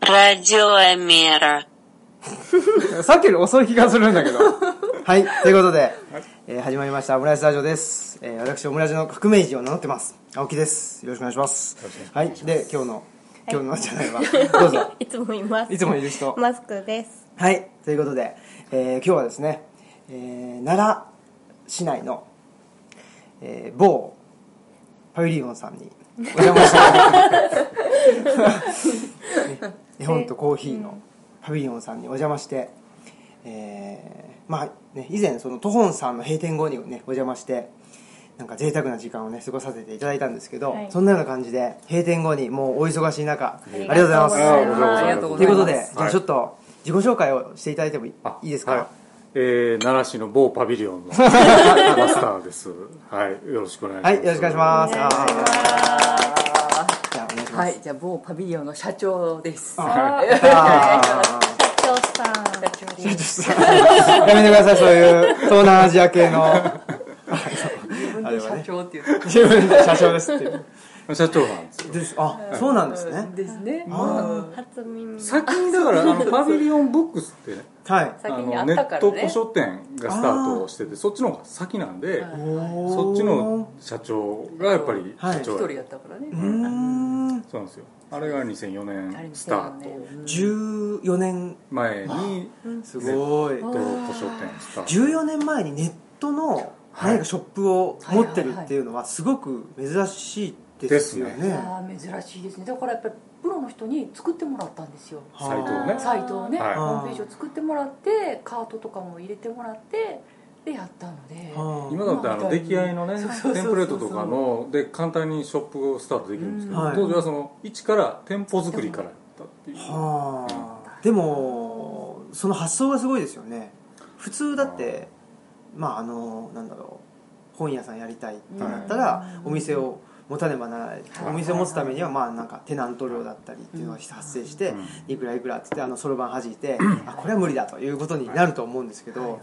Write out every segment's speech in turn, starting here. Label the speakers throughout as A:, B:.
A: ラジオエミラ。
B: さっきより遅い気がするんだけど。
C: はい、ということで、えー始まりましたオムライスラジオです。えー私、オムライスの革命児を名乗ってます。青木です。よろしくお願いします。はい、で、今日の、今日のじゃないわ。どう ぞ。
D: いつもいます。
C: いつもいる人。
D: マスクです。
C: はい、ということで、えー今日はですね、えー奈良市内の、えー某パビリオンさんにお邪魔 して、ね絵本とコーヒーのパビリオンさんにお邪魔して、えーまあね、以前そのトホンさんの閉店後に、ね、お邪魔してなんか贅沢な時間をね過ごさせていただいたんですけど、
D: はい
C: そんなような感じで閉店後にもうお忙しい中ありがとうございます。
D: ありがとうございます
E: ありがとう
C: と
E: ござ
C: い
E: い
C: こ
E: うま
C: と
E: す。
C: で、
E: はい
C: じゃあちょっと自己紹介をしていただいてもい
E: あ
C: いいですか、
E: はいえー、奈良市の某パビリオ ンのマスターです。はい、よろしくお願いしま
C: は
E: す。
C: い、よろしくお願いします。
D: お願いします
C: あーじゃあお願いします。
E: はい、じゃあ某パビリオンの社長です。
C: あ
D: 社長さん。社長です。
C: ーやめてください、そういう東南アジア系の。
E: 自分
C: あれ
E: で
C: は
E: 社
C: ね
E: 長って言う
C: 自分で社長ですっていう。
F: 社長なんですよ
C: ですあ、そうなんですね。
E: ですね。
C: あ
D: 初耳。
F: 先にだからあのパビリオンブックスってね
C: ーはい。
F: あ
E: 先にあ
F: の
E: っ
F: ネ
E: たか
F: ッ
E: らね
F: ト古書店がスタートしててそっちの方が先なんで
E: はい
F: そ
C: そ
F: っちの社長がやっぱり
C: はい
F: 社
E: 一
F: 長
E: 人
F: や
E: やったからね
C: う。ーん、
F: そうなんですよあれが2004年スタート
C: 14年、
F: 前に
C: すごい
F: ネ。ット古書店スタート
C: 14年前にネットの
F: はい
C: 何かショップを持ってるっていうのはすごく珍しいですよ
F: です
C: ね。
E: ああ珍しいですね。だからやっぱりプロの人に作ってもらったんですよ。
C: は
F: サイトをね
D: あ
E: サイトをね、
F: はい
E: ホームページを作ってもらってカートとかも入れてもらってでやったので。
C: あー
F: 今だってあの出来合いのね
E: そうそうそうそ
F: テ
E: う
F: ンプレートとかので簡単にショップをスタートできるんですけど
C: うんはい
F: 当時はその一から店舗作りからやったっていう
C: はあ、でもその発想がすごいですよね普通だってまああのなんだろう本屋さんやりたいってなったら、
E: う
C: お
E: ん
C: 店を持たねばならない、
E: は
C: お
E: い
C: 店を持つためにはまあなんかテナント料だったりっていうのが発生して、
F: うん
C: いくらいくらっつってあのそろばん弾いて、あこれは無理だということになると思うんですけど、
E: はい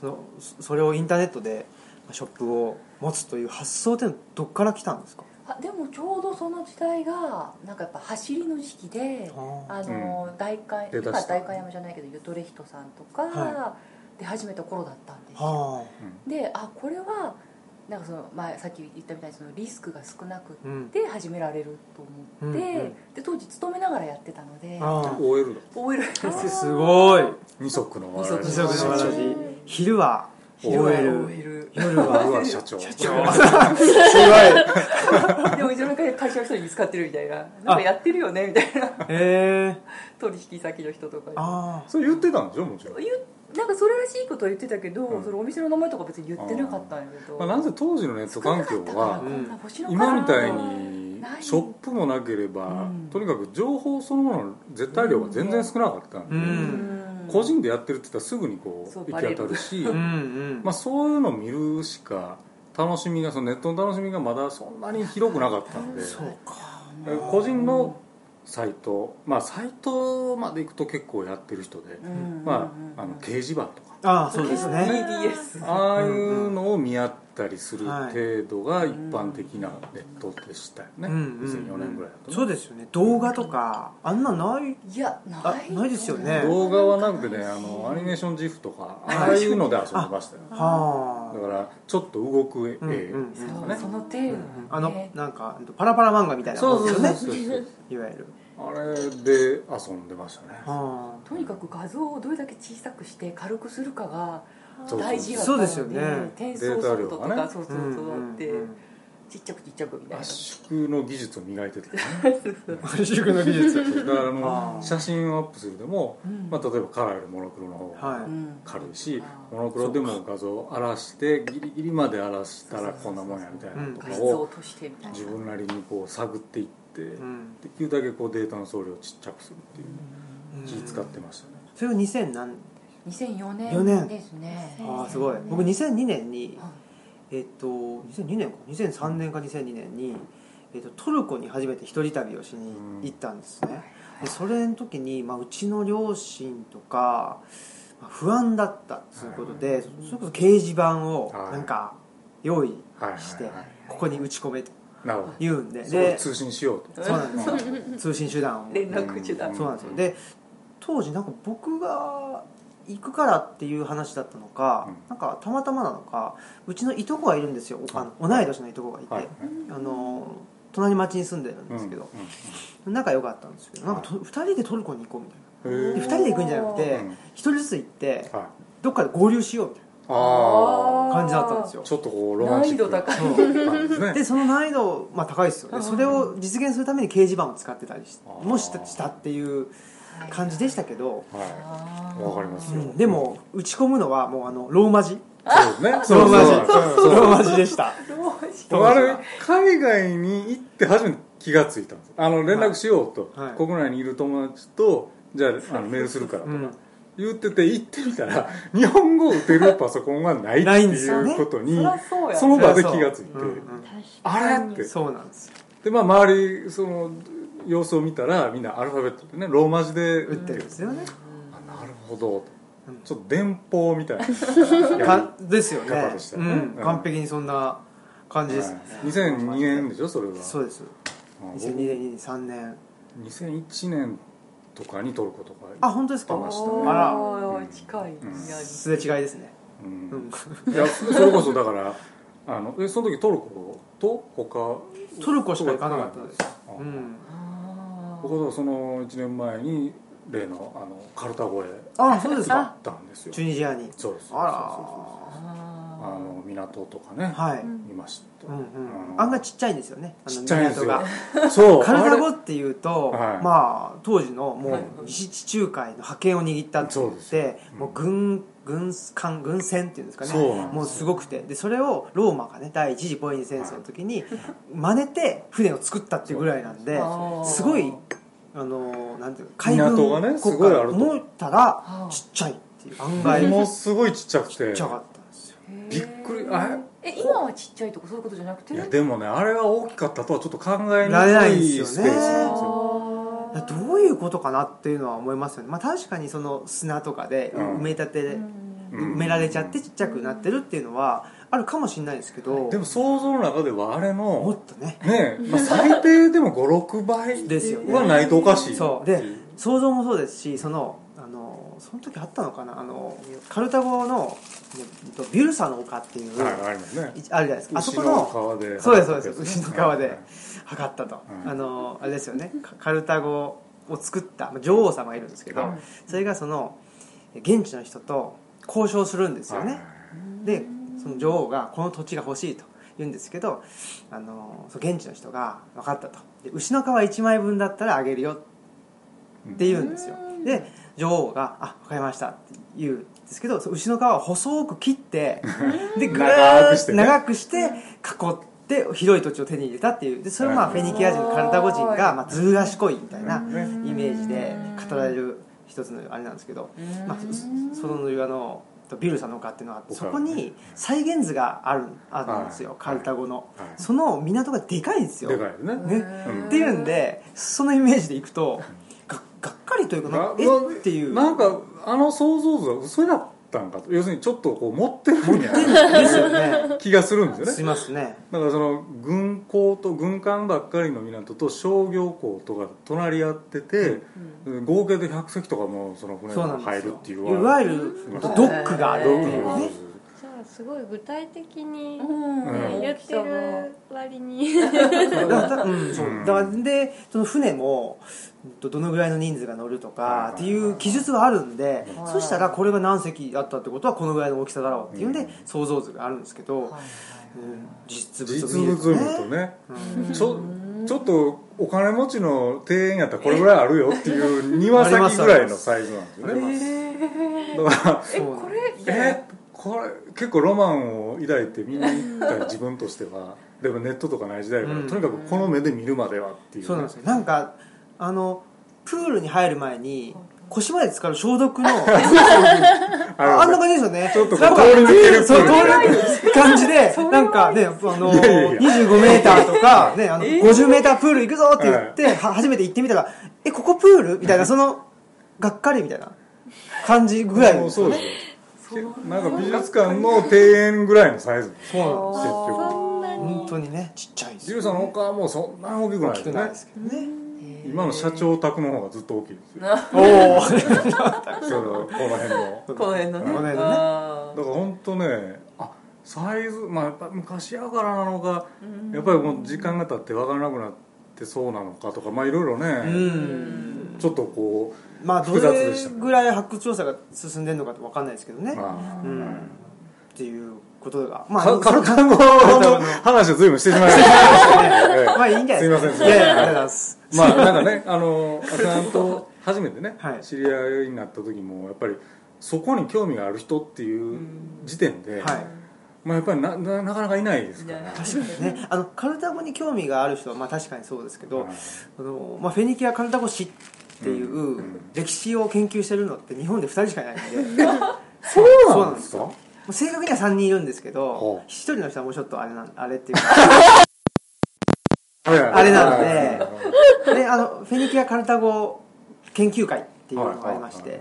C: そのそそれをインターネットでまあショップを持つという発想ってどっから来たんですか
E: あでもちょうどその時代がなんかやっぱ走りの時期で
C: あ
E: あの、大会
F: 出だした
E: 今代官山じゃないけどゆとり人さんとか、
C: は
E: で始めた頃だったんですよ
C: はあ
E: であこれはなんかその、まあ、さっき言ったみたいにそのリスクが少なく
C: うん
E: て始められると思って、
C: うんうん
E: で当時勤めながらやってたので
C: あ
F: OL だ
E: OL
C: あすごい
F: 二足のわら
E: 二
F: じ
C: 時
E: 足の
C: 速
E: わらじ
C: の話昼は OL 夜
F: 僕
C: は
F: は社長
C: 社長すごい
E: でもいつの間にか会社の人に見つかってるみた いななん
C: あ
E: かやってるよねみたいな
C: えー、
E: 取引先の人とかに
C: あ
F: それ言ってたんでしょもちろん、
E: 言うなんかそれらしいことは言ってたけど、
F: うん
E: そのお店の名前とか別に言ってなかったんやけど、
F: まあ、なぜ当時のネット環境は
C: うん
F: 今みたいにショップもなければ、
E: うん
F: とにかく情報そのものの絶対量が全然少なかったんで、
C: うん
F: 個人でやってるって言ったらすぐにこう
E: そう
F: 行き当たるし
C: ーうんうん、
F: まあ、そういうのを見るしか楽しみがそのネットの楽しみがまだそんなに広くなかったんで、
C: そうか
F: 個人のサイトまあサイトまで行くと結構やってる人で、まあ、あの掲示板とか
C: ああそうですね
E: EDS
F: ああいうのを見合ったりする程度が一般的なネットでしたよね、
C: うんうん
F: 2004年ぐらいだとね、
C: そうですよね動画とかあんなない
E: いやない
C: あないですよね
F: 動画はなくてねあのアニメーション GIF とかああいうので遊びましたよだ
C: は
F: からちょっと動く絵、
C: あ、うんうん
E: そう
C: うん
E: その程度、ね
C: あのなんかパラパラ漫画みたいな
F: そ
C: も
F: うん
C: で
F: そ
C: す
F: う
C: よ
F: そう
C: ね
F: そうそう
C: いわゆる
F: あれで遊んでましたね
C: は
E: とにかく画像をどれだけ小さくして軽くするかが
F: そう
E: 大事や
C: は
E: っ
C: そうで
E: た
C: すよ
E: の
C: ね
E: で転送速度と
F: データ量が
E: か
F: ね
E: そう
C: あ
E: そうそうあってちっちゃくちっちゃくみたいな
F: 圧縮の技術を磨い てて、ね、
C: 圧縮の技術
F: だからあ
C: あ
F: の
C: ー
F: 写真をアップするでも、
E: うん
F: まあ、例えばカラーよりモノクロの方が
C: は
F: 軽いし
E: あー
F: モノクロでも画像を荒らしてギリギリまで荒らしたらこんなもんやみたいなと
E: 画
F: か
E: 質を
F: を
E: 落としてみたいな
F: 自分なりにこう探っていって
C: い、うん
F: できるだけこうデータの総量をちっちゃくするっていう
C: うん
F: 気使ってましたね
C: それが2000何
E: 2004
C: 4年
E: 年ですね
C: ああすごい僕2002年に
E: はい
C: えっと2002年か2003年か2002年に、えっと、トルコに初めて一人旅をしに行ったんですね、でそれの時に、まあ、うちの両親とか、まあ不安だったっていうことで、そそれこそ掲示板を
F: はい
C: なんか用意
F: はいはい
C: して、
F: はい
C: ここに打ち込めと
F: なるほど
C: 言うんで
F: それ
C: で
F: を通信しよう と
C: そうなんですよ通信手段を
G: 連絡手段
C: そうなんですよで当時なんか僕が行くからっていう話だったのか、
F: うん
C: なんかたまたまなのかうちのいとこがいるんですよあの同い年のいとこがいて、
F: はい
C: あの隣町に住んでるんですけど、仲良かったんですけどなんかと2人でトルコに行こうみたい
F: うんうん
C: な
F: へ
C: で
F: え
C: 2人で行くんじゃなくて
F: うん
C: 1人ずつ行って
F: はい
C: どっかで合流しようみたい
F: あ
C: な感じだったんですよ
F: あちょっとこうロマンチックな
E: 難
C: 易
F: そうなんですね
C: でその難易度、まあ、高いですよねそれを実現するために掲示板を使ってたりし
F: あー
C: もしたしたっていう感じでしたけど、
F: はいわかります よ
C: うんでも打ち込むのはもうあのローマ字
F: そうですね
C: ローマ字
F: そうそう
C: ローマ字でした
F: そうあれ海外に行って初めて気がついたんですあの連絡しようと、
C: はい
F: 国内にいる友達とじゃああのメールするからと
C: う
F: か
C: ん
F: 言ってて行ってみたら日本語を打てるパソコンがないって
C: ないんですよ
F: い
C: ね
F: うことに
E: そりゃそうや
F: その場で気がついて、
C: うんうん
F: あれって
C: そうなんですよ
F: でまあ周りその様子を見たらみんなアルファベットでねローマ字で
C: 打
F: 打
C: っ
F: ってて
C: る
F: る
C: んですよね、
F: あなるほど
C: うん
F: ちょっと電報みたいな
C: かですよね
F: 方でした
C: う
F: よね
C: ん
F: うん
C: 完璧にそんな感じですね、
F: はい2002年でしょそれは
C: そうです
F: うん僕
C: 2002年2003年
F: 2001年とかにトルコとか
C: あ本当ですか
F: 出ましたね
C: あら
E: おー近い、
F: うん
E: いや
C: すれ違いですね、
F: う
C: うんん、
F: いやそれこそだからあのえその時トルコと他
C: トルコしか行かなかったです、
F: あ
C: うん、
E: あー
F: 僕はその1年前に例のあのカルタゴへ
C: あそうです
F: 行
C: か
F: ったんですよ
C: チュニジアに
F: そうですそう
C: あ
F: そうそうあ
E: あ
F: の港とかね、
C: らはい、うん
F: いました、
C: うん
F: う、ん
C: あんなちっちゃいんですよねあの
F: ちっちゃいんですよ
C: 港が
F: そう
C: カルタゴ
F: あれ
C: っていうと、
F: はい
C: まあ当時のも
E: は
C: う
E: い
C: 西地中海の覇権を握ったって言
F: そう
C: っ
F: です
C: て
F: よ
C: もう軍軍艦軍船っていうんですかね
F: そうなんですよ
C: もうすごくてでそれをローマがね第一次ポエニ戦争の時に真似て船を作ったっていうぐらいなんで
E: そう
C: すごいあのなんていうの海軍
F: 港がね
C: 国
F: す
C: 家
F: ごいあ
C: だ
F: る
C: と
F: と
C: 思ったらちっちゃいっていう案外
F: も
C: ち
F: のすごいちっちゃくて
C: っちゃかったんですよ
F: びっくりあ
E: え今はちっちゃいとかそういうことじゃなくて
F: いやでもねあれは大きかったとはちょっと考えに
C: なれな
F: く
C: い
F: い
C: です
F: スペ
C: よね
F: ースなんですよ
E: あ
C: だからどういうことかなっていうのは思いますよね、まあ、確かにその砂とかで
F: うん
C: 埋め立てで
E: ー
F: うん
C: 埋められちゃってちっちゃくなってるっていうのはあるかもしれないですけど、
F: でも想像の中ではあれ
C: も
F: の
C: っとね
F: ねまあ、最低でも56倍
C: ですよね
F: はないとおかしい
C: そうで想像もそうですしそのあのその時あったのかなあのカルタゴのえっとビュルサの丘っていう、
F: はいありますね
C: いあるじゃないですかあそこ
F: 牛の
C: の
F: 川で
C: そうですそうです牛の川
F: はい
C: で測ったと、
F: うん
C: あのあれですよねカカルタゴを作ったまあ女王様がいるんですけど、
F: はい
C: それがその現地の人と交渉するんですよ
F: はい
C: ね、でその女王がこの土地が欲しいと言うんですけどあのそう現地の人が「分かった」とで「牛の皮1枚分だったらあげるよ」って言うんですよで女王が「あ分かりました」って言うんですけどそう牛の皮を細く切ってでぐ
F: 長
C: ー
F: く
C: っ
F: し
C: と
F: てね
C: 長くして囲って広い土地を手に入れたっていうでそれをまあ
F: は
C: フ
F: い
C: ェニキア人カルタゴ人がまあずる賢いみたいな
F: ね
C: イメージで語られる一つのあれなんですけど、まあ、そその岩のビルさんの丘っていうのは
F: 丘
C: そこに再現図があるあるんですよ、
F: はい
C: カルタゴの、
F: はい
C: その港がでかいんですよ
F: でかいよね
C: ね
F: うん
C: っていうんでそのイメージでいくとががっかりというかな
F: あ
C: え
F: まあ
C: っていう
F: なんかあの想像図は嘘だったんかと要するにちょっとこう持ってるんや
C: ですよね
F: 気がするんです
C: い
F: すよね
C: ませんね
F: だからその軍港と軍艦ばっかりの港と商業港とか隣り合ってて、合計で100隻とかもその船
C: そうなん
F: が
C: ですよ
F: 入るっていう
C: いわ
F: ゆ
C: ゆるドックがあるっていうね
D: じゃあすごい具体的に、
F: うん
D: 言ってる割に、
C: だから,、うんそう
F: うん
C: だからでその船もどどのぐらいの人数が乗るとかっていう記述があるんで、そしたらこれが何隻あったってことはこのぐらいの大きさだろうっていうんで、
F: うん
C: 想像図があるんですけど、
E: はい
C: うん実物
F: 実
C: を見る
F: 物
C: と
F: 見
C: ね
F: るとね
C: うん
F: ちょちょっとお金持ちの庭園やったらこれぐらいあるよっていう庭先ぐらいのサイズなんですよ
C: あり
F: ね
C: ます
F: だから
C: そう
E: これ
F: えこれ結構ロマンを抱いて見に行った自分としてはでもネットとかない時代だから、
C: うん
F: とにかくこの目で見るまではっていう,、
C: そうなんですよなんかあのプールに入る前に腰まで浸かる消毒 のああ
F: あ
C: ん
F: れ
C: な感じですよね。
F: ちょっとこう
C: なんか
F: 通り抜ける
C: そう、通
F: プ
C: り
F: ール
C: 抜ける感じで、なんかね、あの、
F: いやいやいや
C: 25メーターとか、ね、あの、50メータープール行くぞって言って、は初めて行ってみたら、え、ここプールみたいな、その、がっかりみたいな感じぐら い
F: も
C: の。
F: うそうですよなんか美術館の庭園ぐらいのサイズ
C: そう
F: 結局
D: そんなに
C: 本当にねちっちゃいんです
F: ジュ
C: よ
F: リさんの他はもうそんな大きくない
C: 大
F: で
C: き
F: す
C: くないですけどね
F: ね今の社長宅の方がずっと大きいですよ
E: な
C: おお
F: そのこの辺の
E: この辺のね
C: この辺のね
F: だ
E: あ
F: か
E: ー
F: ら本当ねあサイズまあやっぱ昔やからなのか
E: うん
F: やっぱりもう時間が経って分からなくなってそうなのかとかまあいろいろ
C: う
F: ね、
C: ん
F: ちょっとこ
C: まあど
F: 複雑
C: れ
F: でしたね
C: ぐらい発掘調査が進んでるのかって分かんないですけど
F: う、
C: ね、
F: ま
C: うんっていうことがま
F: あ、
C: あ
F: かカルカンゴの話を随分してしまいました
C: まあいいんじゃないですか、
F: すいません
C: いやいやありがとうございます
F: まあなんかねあのちゃんと初めてね、
C: はい
F: 知り合いになった時もやっぱりそこに興味がある人っていう時点で、
C: はい
F: まあ、やっぱりなななかなかいないですから、
E: いない
C: 確かにねあのカルタゴに興味がある人はまあ確かにそうですけど、
F: はい
C: あのまあ、フェニキア・カルタゴ史ってい
F: うんう
C: うん歴史を研究してるのって日本で2人しかいないん で
F: そうなんです
C: そう
F: か
C: もう正確には3人いるんですけ
F: ほ
C: ど
F: う
C: 1人の人はもうちょっとあれなんあれっていうか
F: あ
C: あれなんで であのフェニキア・カルタゴ研究会っていうのがありまして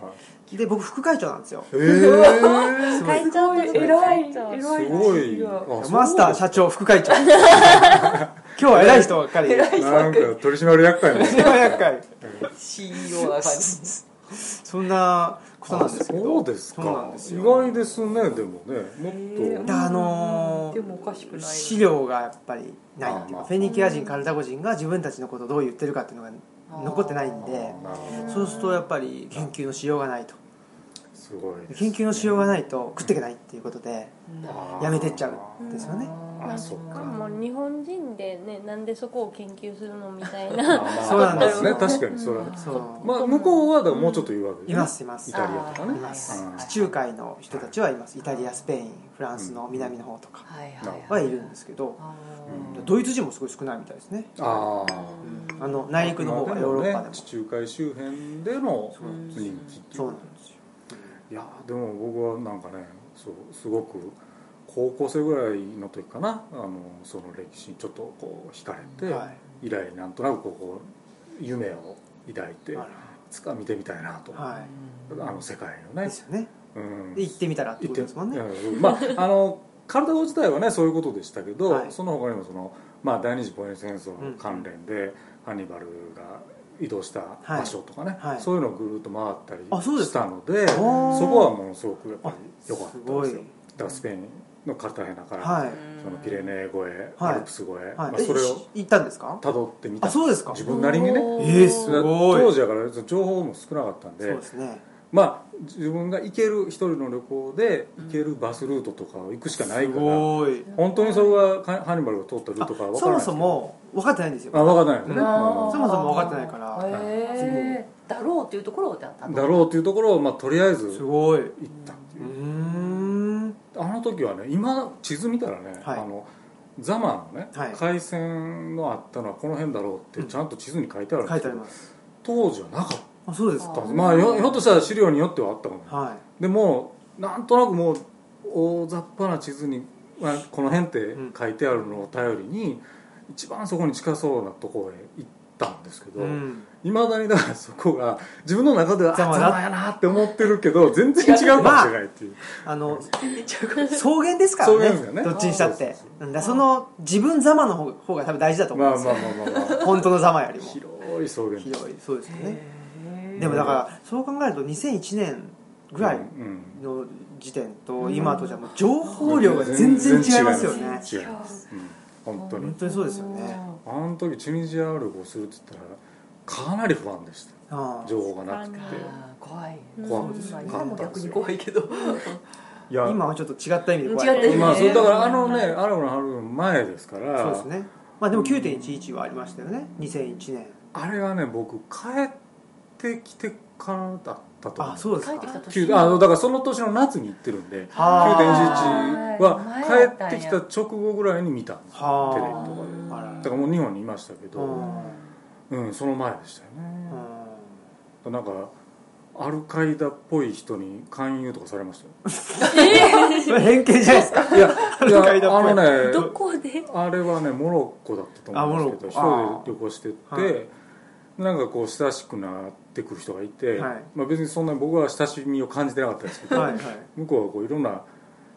C: で僕副会長なんですよ
F: え ー、
C: すごい
G: 会長と
E: すごい偉
G: 副
E: い
G: 会
E: 偉
G: 長
F: すご
E: い
F: い
E: な
F: あそう
C: マスター社長副会長今 日は偉い人ばっかりで
E: 偉い
F: なんか取締 役会の
C: 400回
E: CEO な感じ
C: そんなことなんですけど
F: そうですか
C: そうなんですよ
F: 意外ですねでもねもっ
C: であのー
E: でもおかしくない
C: 資料がやっぱりないっていう
F: まあま
C: か
F: あ
C: フェニキア人カルタゴ人が自分たちのことをどう言ってるかっていうのが残ってないんで
F: となるほど
C: そうするとやっぱり研究のしようがないと
F: すごいです
C: 研究のしようがないと食っていけないっていうことでやめてっちゃうんですよね
E: あ
F: あ
D: あ
F: そっか
D: もう日本人でねなんでそこを研究するのみたい
F: あ
D: な
F: ー
C: そうなんです
F: ね
C: よ
F: 確かにそれは
C: そう
F: まあ向こうはだからもうちょっと言うわけで
C: いますいます
F: イタリアとかね
E: あー
C: います
F: うん
C: 地中海の人たちはいますイタリアスペインフランスの南の方とか
E: はいはい
C: はいるんですけど
E: あ
F: うん
C: ドイツ人もすごい少ないみたいですね
F: あ
C: あの内陸の方
F: ま
C: が
F: あでもね
C: ヨーロッパでも
F: 地中海周辺での
C: そうなん
E: です
F: 人気ってい
C: そうう
F: か
C: なんですよ
F: いやーでも僕はなんかねそうすごく高校生ぐらいの時かなあのその歴史にちょっとこう惹かれて、
C: は
F: 以来なんとなくこうこう夢を抱いて
C: い
F: いつか見てみたいなと、
C: は
F: あの世界を
C: い
F: ね
C: で、すよね
F: うん、
C: で行ってみたらってことですもんね
F: 行ってうんまああのカルタゴ自体はねそういうことでしたけど、
C: はい
F: その他にもその、まあ、第二次ポエン戦争の関連で、ハンニバルが移動した場所とかね、
C: はいはい
F: そういうのをぐるっと回ったり
C: あそうです
F: したので
C: あー
F: そこはものすごくやっぱり良かった
C: す
F: で
C: ご
F: す
C: い
F: よだからスペインのカルタヘナから、
C: はい
F: そのピレネー越え、
C: はい
F: アルプス越え、
C: はい
F: まあ、それを
C: え行ったんですか
F: たどってみた
C: あそうですか
F: 自分なりにね
C: え
E: え
C: ー、すごい
F: 当時だから情報も少なかったんで
C: そうですね
F: まあ自分が行ける一人の旅行で行けるバスルートとかを行くしかない
C: す
F: から、
C: ごい
F: 本当にそれがカハンニバルが通ったルー
C: あ
F: トかは分か
C: そ
F: らな
C: も
F: いですけ
C: そ
F: ど
C: も分かってないんですよ
F: あ分からないですね、
E: あー
C: そもそも分かってないから
E: へえだろうっていうところだった
F: うん
E: の
F: だろうというところを、まあ、とりあえず
C: す
F: 行っ
C: ごいう
F: たってい
C: ー
F: う、
C: ん
F: あの時はね今地図見たらね、
C: はい
F: あのザマのね、
C: はい
F: 海戦のあったのはこの辺だろうっ
C: う
F: て
C: ん
F: ちゃんと地図に書いてあるん
C: 書
F: で
C: いて
F: すけ
C: あ
F: ど、
C: ります
F: 当時はなかっ
C: あそうです
E: あ
C: か
F: たんですまあよひょっとしたら資料によってはあったかも
C: は
F: でもなんとなくもう大雑把な地図に、まあ、この辺って書いてあるのを頼りに、一番そこに近そうなところへ行ったんですけ
C: い、
F: ど
C: うん、
F: いま、未だにだからそこが自分の中ではあ
C: ざま
F: ざま
C: だ
F: やなって思ってるけど全然違うかもしれないっていう、
C: あ の草原ですから
F: 草
C: ね
F: 原ですよね
C: どっちにしたっ
F: あ
C: て
F: そうそう
C: うんだからその自分ざまの方方が多分大事だと思
F: ま
C: う
F: あ
C: ん
F: ま
C: で
F: あ
C: す
F: ま
C: よ、
F: あまあ、ま
C: 本当のざまより
F: あ、
C: も
F: 広い草原
C: 広いそうですよね
E: へえ
C: でもだからそう考えると2001年ぐらい
F: うん
C: の時点と今とじゃもう情報量が全然違いますよね
F: 違います、うん、本当
C: 本
F: に
C: 当にそうですよね
F: あの時チュニジア旅行するって言ったらかなり不安でした
C: ああ
F: 情報がなくて
E: あー怖い
F: 怖かったです
E: 今
F: よ
E: でも逆に怖いけど
F: いや
C: 今はちょっと違った意味で怖い
E: 違った意味で
F: まあ、それだからあのね
E: ね
F: アラブの春の前ですから
C: そうですねまあでも9.11はありましたよね2001年
F: あれはね僕帰ってきてからだったと思う
C: あそうです
E: 帰って
C: か
E: きた年
F: 9あのだからその年の夏に行ってるんで
C: あ
F: 9.11は
E: 前だったんや
F: 帰ってきた直後ぐらいに見たんですよ
C: はあ
F: テレビとか
C: あ
F: で
C: ら
F: だからもう日本にいましたけ
C: うん
F: ど、うん、その前でしたよ
C: う
F: ね、
C: ん
F: なんかアルカイダっぽい人に勧誘とかされまし
C: それ偏見じゃないですか
F: たよいや
C: アルカイダっぽい
F: いやあのね
D: どこ で
F: あれはねモロッコだったと思うんですけど一
C: あモロッコ
F: 人で旅行してって、
C: あーはい
F: なんかこう親しくなってくる人がいて、
C: はい
F: まあ、別にそんなに僕は親しみを感じてなかったですけど、
C: はいはい
F: 向こうはこういろんな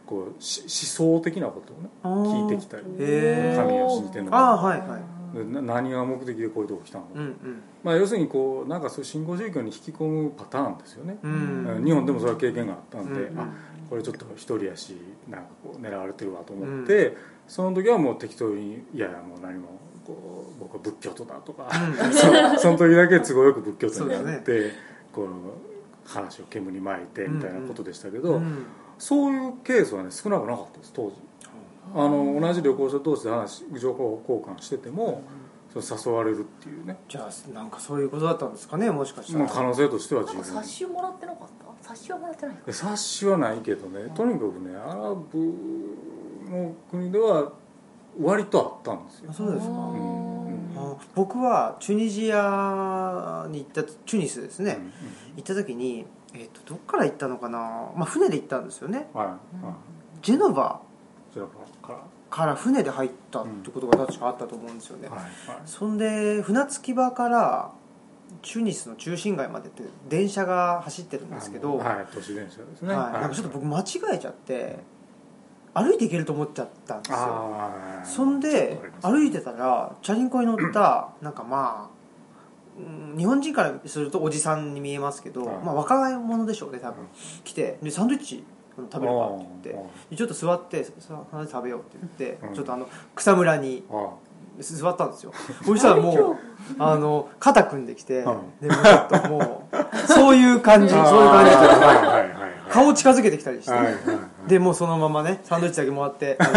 F: こうし思想的なことをね聞いてきたり
C: へー
F: 神を信じてるの
C: ああ
F: か
C: はいはい
F: でな何が目的でこういうとこ来たのか、
C: うんうん
F: まあ、要するにこうなんかそういう信仰宗教に引き込むパターンですよね、
C: うん
F: 日本でもそういう経験があったんで、
C: うんうん
F: あこれちょっと一人やしなんかこう狙われてるわと思って、その時はもう適当にいやいやもう何もこう僕は仏教徒だ とか、そその時だけ都合よく仏教徒にな
C: そう
F: っ
C: で
F: て、こう話を煙に巻いてみたいなことでしたけ
C: う
F: ど、
C: ん
F: そういうケースはね少なくなかったです当時あの同じ旅行者同士で話情報交換してても、その誘われるっていうね
C: じゃあなんかそういうことだったんですかねもしかした
F: まあ
C: ら
F: 可能性としては
E: なん
F: 十
E: か
F: 分
E: 冊子もらってなかった冊子はもらってないか
F: 冊子はないけどねとにかくねアラブの国では割とあったんですよ
C: あ、そうですか
F: うんうん
C: あ僕はチュニジアに行ったチュニスですね、
F: うん
C: 行った時に、えっとどっから行ったのかな、まあ、船で行ったんですよね
F: はいはい
C: ジェノバ
F: それか
C: から船で入ったってことが確かあったと思うんですよね、
F: らはいはい
C: そんで船着き場からチュニスの中心街までって電車が走ってるんですけど、
F: あのはい都市電車ですね
C: はいなんかちょっと僕間違えちゃって歩いて行けると思っちゃったんですよ
F: ああ
C: そんで歩いてたらチャリンコに乗ったなんかまあうん日本人からするとおじさんに見えますけど、
F: はい
C: まあ、若い者でしょうね多分、
F: うん
C: 来てでサンドイッチ食べるかって言ってでちょっと座ってさサンドイッチ食べようって言って、
F: うん
C: ちょっとあの草むらに
F: ああ
C: 座ったんですよそしたらもうあの肩組んできて、
F: うん
C: でもうちょっともうそういう感じそうい
F: ああ
C: う感じで
F: はいはいはいはい
C: 顔近づけてきたりして、
F: はいは いはい
C: でもうそのままねサンドイッチだけもらって、あの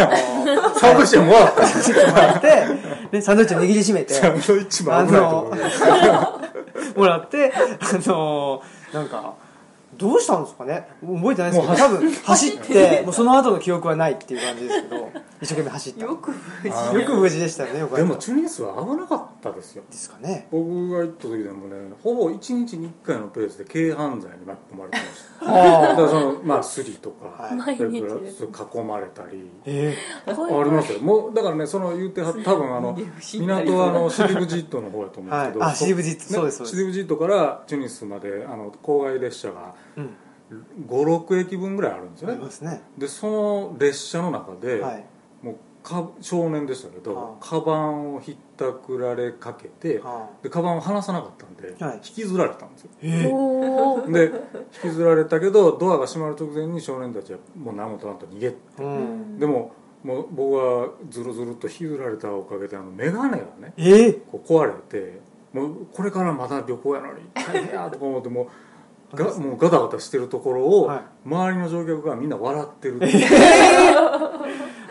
F: サンドイッチはもらった
C: サンドイッチもらって、でサンドイッチを握りしめて
F: サンドイッチも危ないところ で
C: もらってあのなんかどうしたんですかね覚えてないですけど多分走ってもうその後の記憶はないっていう感じですけど一生懸命走った
E: らよ
C: よ
E: く無
F: あ
E: 事
F: の
C: く無事でしたよねよかった
F: でもチュニスは危なかったですよ
C: ですかね
F: 僕が行った時でもねほぼ1日に1回のペースで軽犯罪に巻き込まれてました だからそのまあスリとか、
C: はい
D: 毎
F: それ
D: 日
F: から
D: です
F: そう囲まれたり
C: え
F: あありますよもうだからねその言っては多分あの
E: 逃げ不審なり
F: 港はあのシリブジットの方やと思うん
C: ーは
F: ですけ
C: い
F: ど、
C: あ
F: そ
C: シリブジットそうですそうで
F: ねシ
C: す
F: リブジットからチュニスまであの郊外列車が
C: うん
F: 56駅分ぐらいあるんです
C: あ
F: よ
C: り
F: ね
C: ますね
F: でその列車の中で、
C: はい
F: もうか少年でしたけど
C: あ
F: カバンをひったくられかけて
C: あ
F: でカバンを離さなかったんで、
C: はい
F: 引きずられたんですよ
D: おー
F: で引きずられたけどドアが閉まる直前に少年たちはもう何もとなんと逃げ
C: ーうん
F: でももう僕はズルズルと引きずられたおかげであの眼鏡がね
C: えー
F: こう壊れてもうこれからまだ旅行やのに大変やとか思ってもうがもうガタガタしてるところを、
C: はい
F: 周りの乗客がみんな笑ってるっていう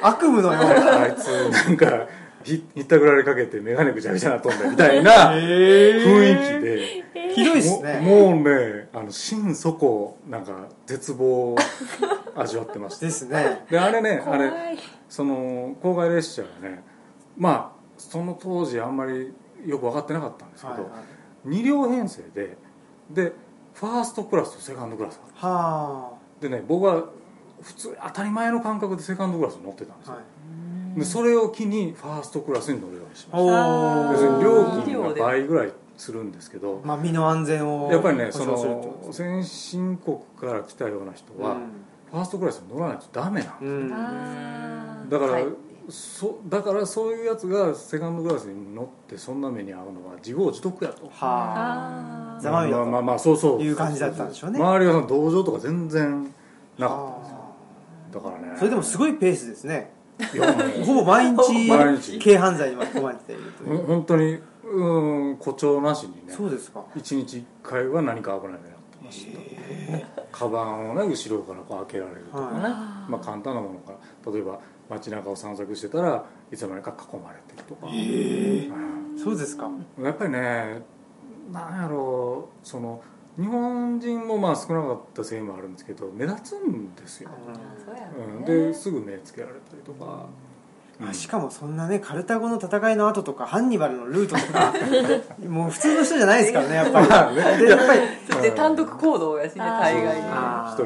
C: 悪夢のような
F: あいつなんかひひったくられかけて眼鏡ぐちゃぐちゃな飛んだみたいな雰囲気で、
C: ひどいっすね
F: ももうねあの心底なんか絶望を味わってまし た
C: ですね
F: であれねあ
D: 怖
F: れ
D: い
F: その郊外列車がねまあその当時あんまりよく分かってなかったんですけど、
C: はいはい
F: 2両編成ででファーストクラスとセカンドクラスがあっ
C: は
F: てでね僕は普通当たり前の感覚でセカンドクラスに乗ってたんです
C: あ
F: よ、
C: はい
F: でそれを機にファーストクラスに乗るようにしまし
C: お
F: た
C: ー
F: 別に料金が倍ぐらいするんですけど
C: まあ身の安全を
F: やっぱりね
C: 保
F: そ
C: 障するってこと
F: の
C: ですね
F: 先進国から来たような人は、ファーストクラスに乗らないとダメなん
C: う
F: で
C: ん、うん
D: あ
F: すだから、
E: はい
F: そだからそういうやつがセカンドクラスに乗ってそんな目に遭うのは自業自得やと
D: ー
C: は
D: あ
C: ざまあみ
F: ま
C: ろ
F: あまあまあそうそ
C: あ
F: う
C: いう感じだったんでしょうね
F: 周りはその同情とか全然なかったんですよ
C: あ
F: だからね
C: ーそれでもすごいペースですね
F: いやもう
C: ほぼ毎日
F: 毎日
C: 軽犯罪に巻き込まれているとい
F: ほん
C: う
F: 本当にうん誇張なしにね
C: そうですか
F: 一日一回は何か危ない目に遭ってました、カバンをね後ろからこう開けられるとか
C: は
F: ね、
C: い
F: まあ、簡単なものから例えば街中を散策してたらいつの間にか囲まれてるとか、う
C: そうですか
F: んやっぱりねなんやろうその日本人もまあ少なかったせいもあるんですけど目立つんですよ、
E: そうや
F: うん、
E: ろね
F: ですぐ目つけられたりとか、
C: まあしかもそんなねカルタゴの戦いの後とかハンニバルのルートとか もう普通の人じゃないですからねやっぱりでやっぱり
E: それで単独行動やしね
D: あー
E: 大概ね
C: あー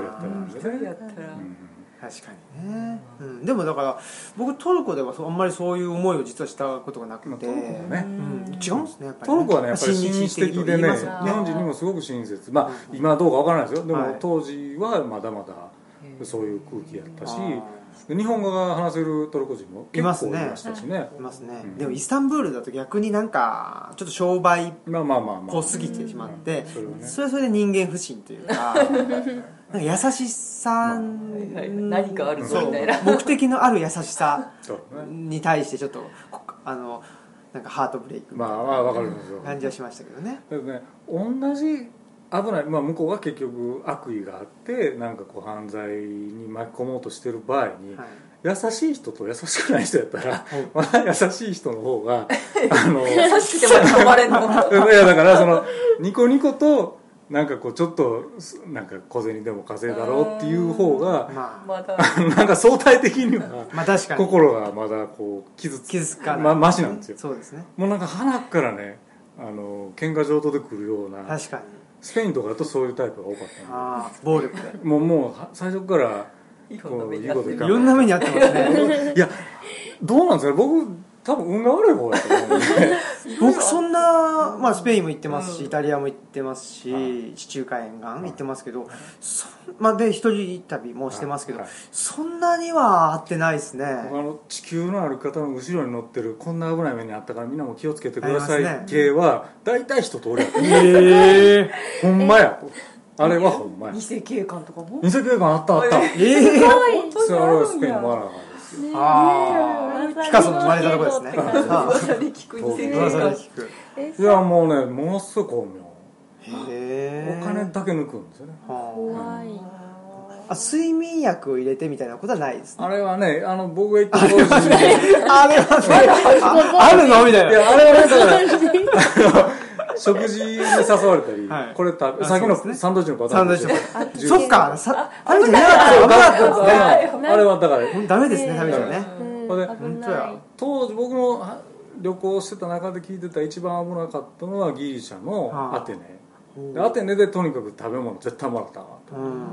F: 一人やったら
E: 一人やったら
F: うん
C: 確かにね、うん、でもだから僕トルコではそうあんまりそういう思いを実はしたことがなく
F: まあ
C: て、
F: トルコもね
C: うん、違うんですねやっぱり
F: トルコはねやっぱり親日的でね
C: まあ
F: 日
C: 親日
E: ね
F: 本人にもすごく親切まあ今はどうかわからないですよで
C: はい
F: も当時はまだまだ
E: へー
F: そういう空気やったし
C: あー
F: で日本語が話せるトルコ人も
C: います
F: 結
C: ね
F: 構いましたしね
C: いますね、
F: うん
C: でもイスタンブールだと逆になんかちょっと商売っ
F: まあまあまあまあ
C: ぽすぎてしまって、
F: それはね
C: それはそれで人間不信という かなんか優しさ、
E: いはい何かあるぞ
C: そう
E: みたいな
C: 目的のある優しさ
F: そうね
C: に対してちょっとこあのなんかハートブレイクみ
F: ま
C: た
F: あ
C: い
F: ま
C: な
F: あわかるんですよ
C: 感じはしましたけどね、
F: だからね同じ危ない、まあ、向こうは結局悪意があってなんかこう犯罪に巻き込もうとしてる場合に、
C: はい、
F: 優しい人と優しくない人やったら、
C: はい
F: まだ優しい人の方 があのい
E: 優しくても頑張れんの
F: やだからそのニコニコとなんかこうちょっとなんか小銭でも稼いだろうっていう方が
C: まあ
E: また
F: なんか相対的に は
C: まあ確かに
F: 心がまだこう傷つ
C: 傷つかない、
F: まマシなんですよ
C: そうですね
F: もうなんか腹からねあの喧嘩上等で来るような
C: 確かに
F: スペインとかだとそういうタイプが多かったん
C: ああ暴力で
F: でもうもうは最初から
E: いいこ
F: ことう
E: め
F: い
E: に
F: い
E: や
F: こ
E: っ
F: と
E: て
F: い
E: る
F: か
C: いろんな目にあってますね
F: いやどうなんですかね僕多分運が悪い方やと思うんで
C: 僕そんな、まあ、スペインも行ってますし、
E: うん
C: イタリアも行ってますし、
F: はい
C: 地中海沿岸行ってますけど、そんまあ、で一人旅もしてますけど、
F: はい
C: そんなには合ってないですね
F: 僕あの地球の歩き方の後ろに乗ってるこんな危ない目にあったからみんなも気をつけてくださ
C: あります
F: い
C: ね
F: 系は大体人通りやった
B: ええ
F: ほんまやあれはほんまや
E: 偽警官とかも
F: 偽警官あったあった
E: え
C: ええ
E: 本当
F: そ
E: に
F: れ
E: あ
F: は
E: る
F: ス
E: ん
F: ペイン
E: や
F: もあらはですよ
C: ああピカソの生まれたとこですね
D: って感じ
C: あ
E: 噂に聞く偽警
F: 噂
E: 官
C: 聞く
D: え
F: いやもうねものすごい巧妙
C: へえ
F: お金だけ抜くんですよね
C: は
D: 怖い
C: ああ睡眠薬を入れてみたいなことはない ですね
F: あれはねあの僕が行った当時に
C: あれはねああるのみたい
F: い
C: な
F: やあれはねだからあの食事に誘われたり、
C: はい
F: これ食べ
C: あ
F: さっきの
C: そうですね
F: サンドイッチのパタ
C: サ
F: ー
C: ン
F: ン
C: ドイッ
F: で
C: チ
F: し
C: とかそっ
F: ょ十分
C: かさ食べてなかったら危なかったですね
F: 危ないあれはだから
C: ほんとダメですね食べちゃね
D: うん
F: これ
D: 危
C: 本当
D: ない
C: や
F: 当時僕もは旅行してた中で聞いてた一番危なかったのはギリシャの
C: はあ
F: アテネ、でアテネでとにかく食べ物絶対もらったわと
C: うん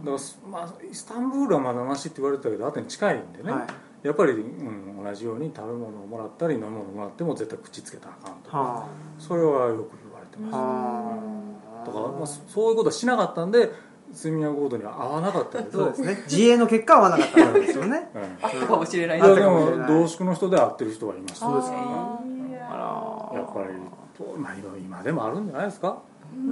F: だからす、まあ、イスタンブールはまだましって言われてたけどアテネ近いんでね、
C: はい
F: やっぱり、うん、同じように食べ物をもらったり飲み物をもらっても絶対口つけたらあかんとか、
C: は
F: それはよく言われてまし
C: あ
F: た
C: はあ
F: とか、まあ、そそういうことはしなかったんで睡眠薬行動には合わなかったけど
C: そうですね自衛の結果は合わなかったんですよ ね
F: うん
E: あったかもしれない
F: い
E: な
F: や
C: あ
F: で
C: かもしれ
F: も
C: ない
F: 同宿の人で会ってる人はいました
E: あ
F: ね
C: そうですか
E: ーいや
C: あ
F: やっぱりとまあ、今今でもあるんじゃないですか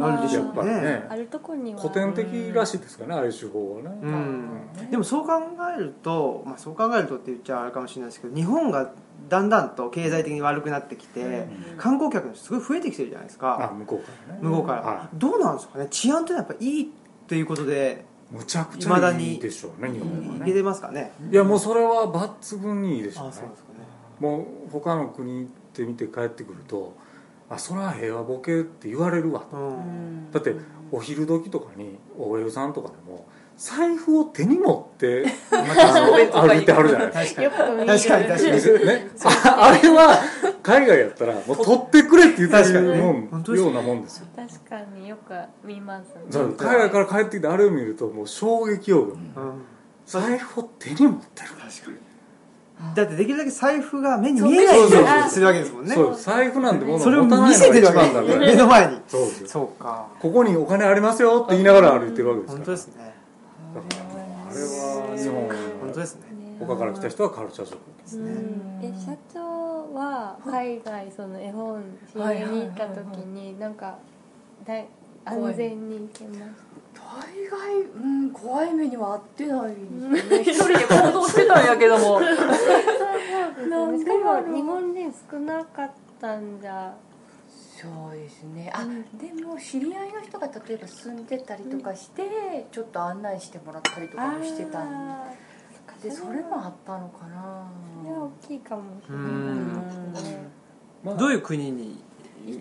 C: あるでし
F: や
C: ょ
F: っ
C: う
F: ぱりね
C: ね
D: あるとこには
F: 古典的らしいですかねああいう手法はね、
C: うんでもそう考えると、まあ、そう考えるとって言っちゃあれかもしれないですけど日本がだんだんと経済的に悪くなってきて、観光客の人すごい増えてきてるじゃないです
F: あ
C: か、
F: 向こうからね
C: 向こうから、
F: は
C: どうなんですかね治安というのはやっぱいいということで
F: むちゃくち
C: 未だ
F: ゃ
C: に
F: いいでしょうね日本
C: い
F: は
C: け
F: ね
C: てますかね、
F: いやもうそれは抜群にいいでしょ
C: あ
F: うね
C: そうですかね
F: もう他の国行ってみて帰ってくるとあそれは平和ボケって言われるわと
C: うん
F: だってお昼時とかに OL さんとかでも財布を手に持って あの歩いてはるじゃないですか
C: 確かに
D: よく見
C: 確
D: る
C: かに確かに
F: ね、ああれは海外やったらもう取ってくれって言って
C: 確か
F: る
C: にね
F: も
C: 本
F: ん、
C: 当ですね
F: ようなもんですよ
D: 確かによく見ますね
F: だから海外から帰ってきてあれを見るともう衝撃を受ける
C: うん
F: 財布を手に持ってる
C: だってできるだけ財布が目に見えないようにするわけですもんね
F: そうです財布なんてもの
C: それを
F: 持たない
C: 見せ
F: のが
C: て
F: 一
C: るわ
F: 番
C: けです
F: だか
C: よ
F: ら
C: 目の前に
F: そうですよ
C: そうか
F: ここにお金ありますよって言いながら歩いてるわけですから
C: 本当ですね
F: だからあれは日
C: 本当
F: 本
C: ですね
F: 他から来た人はカルチャーショック
C: です
D: う
C: ね、
D: んえ社長は海外その絵本仕入れに行った時になんかだい安全に行けまし
E: 大概、うん、怖い目には遭ってないですね 一人で行動してたんやけども
D: た
E: なん
D: し
E: でだろ
D: か
E: う
D: も日本人少なかったんじゃ
E: そうですねあでも知り合いの人が例えば住んでたりとかして、ちょっと案内してもらったりとかもしてたん
D: あ
E: ででそれもあったのかな
D: ーそれは大きいかもしれ
C: うん
D: ないですね
C: どういう国に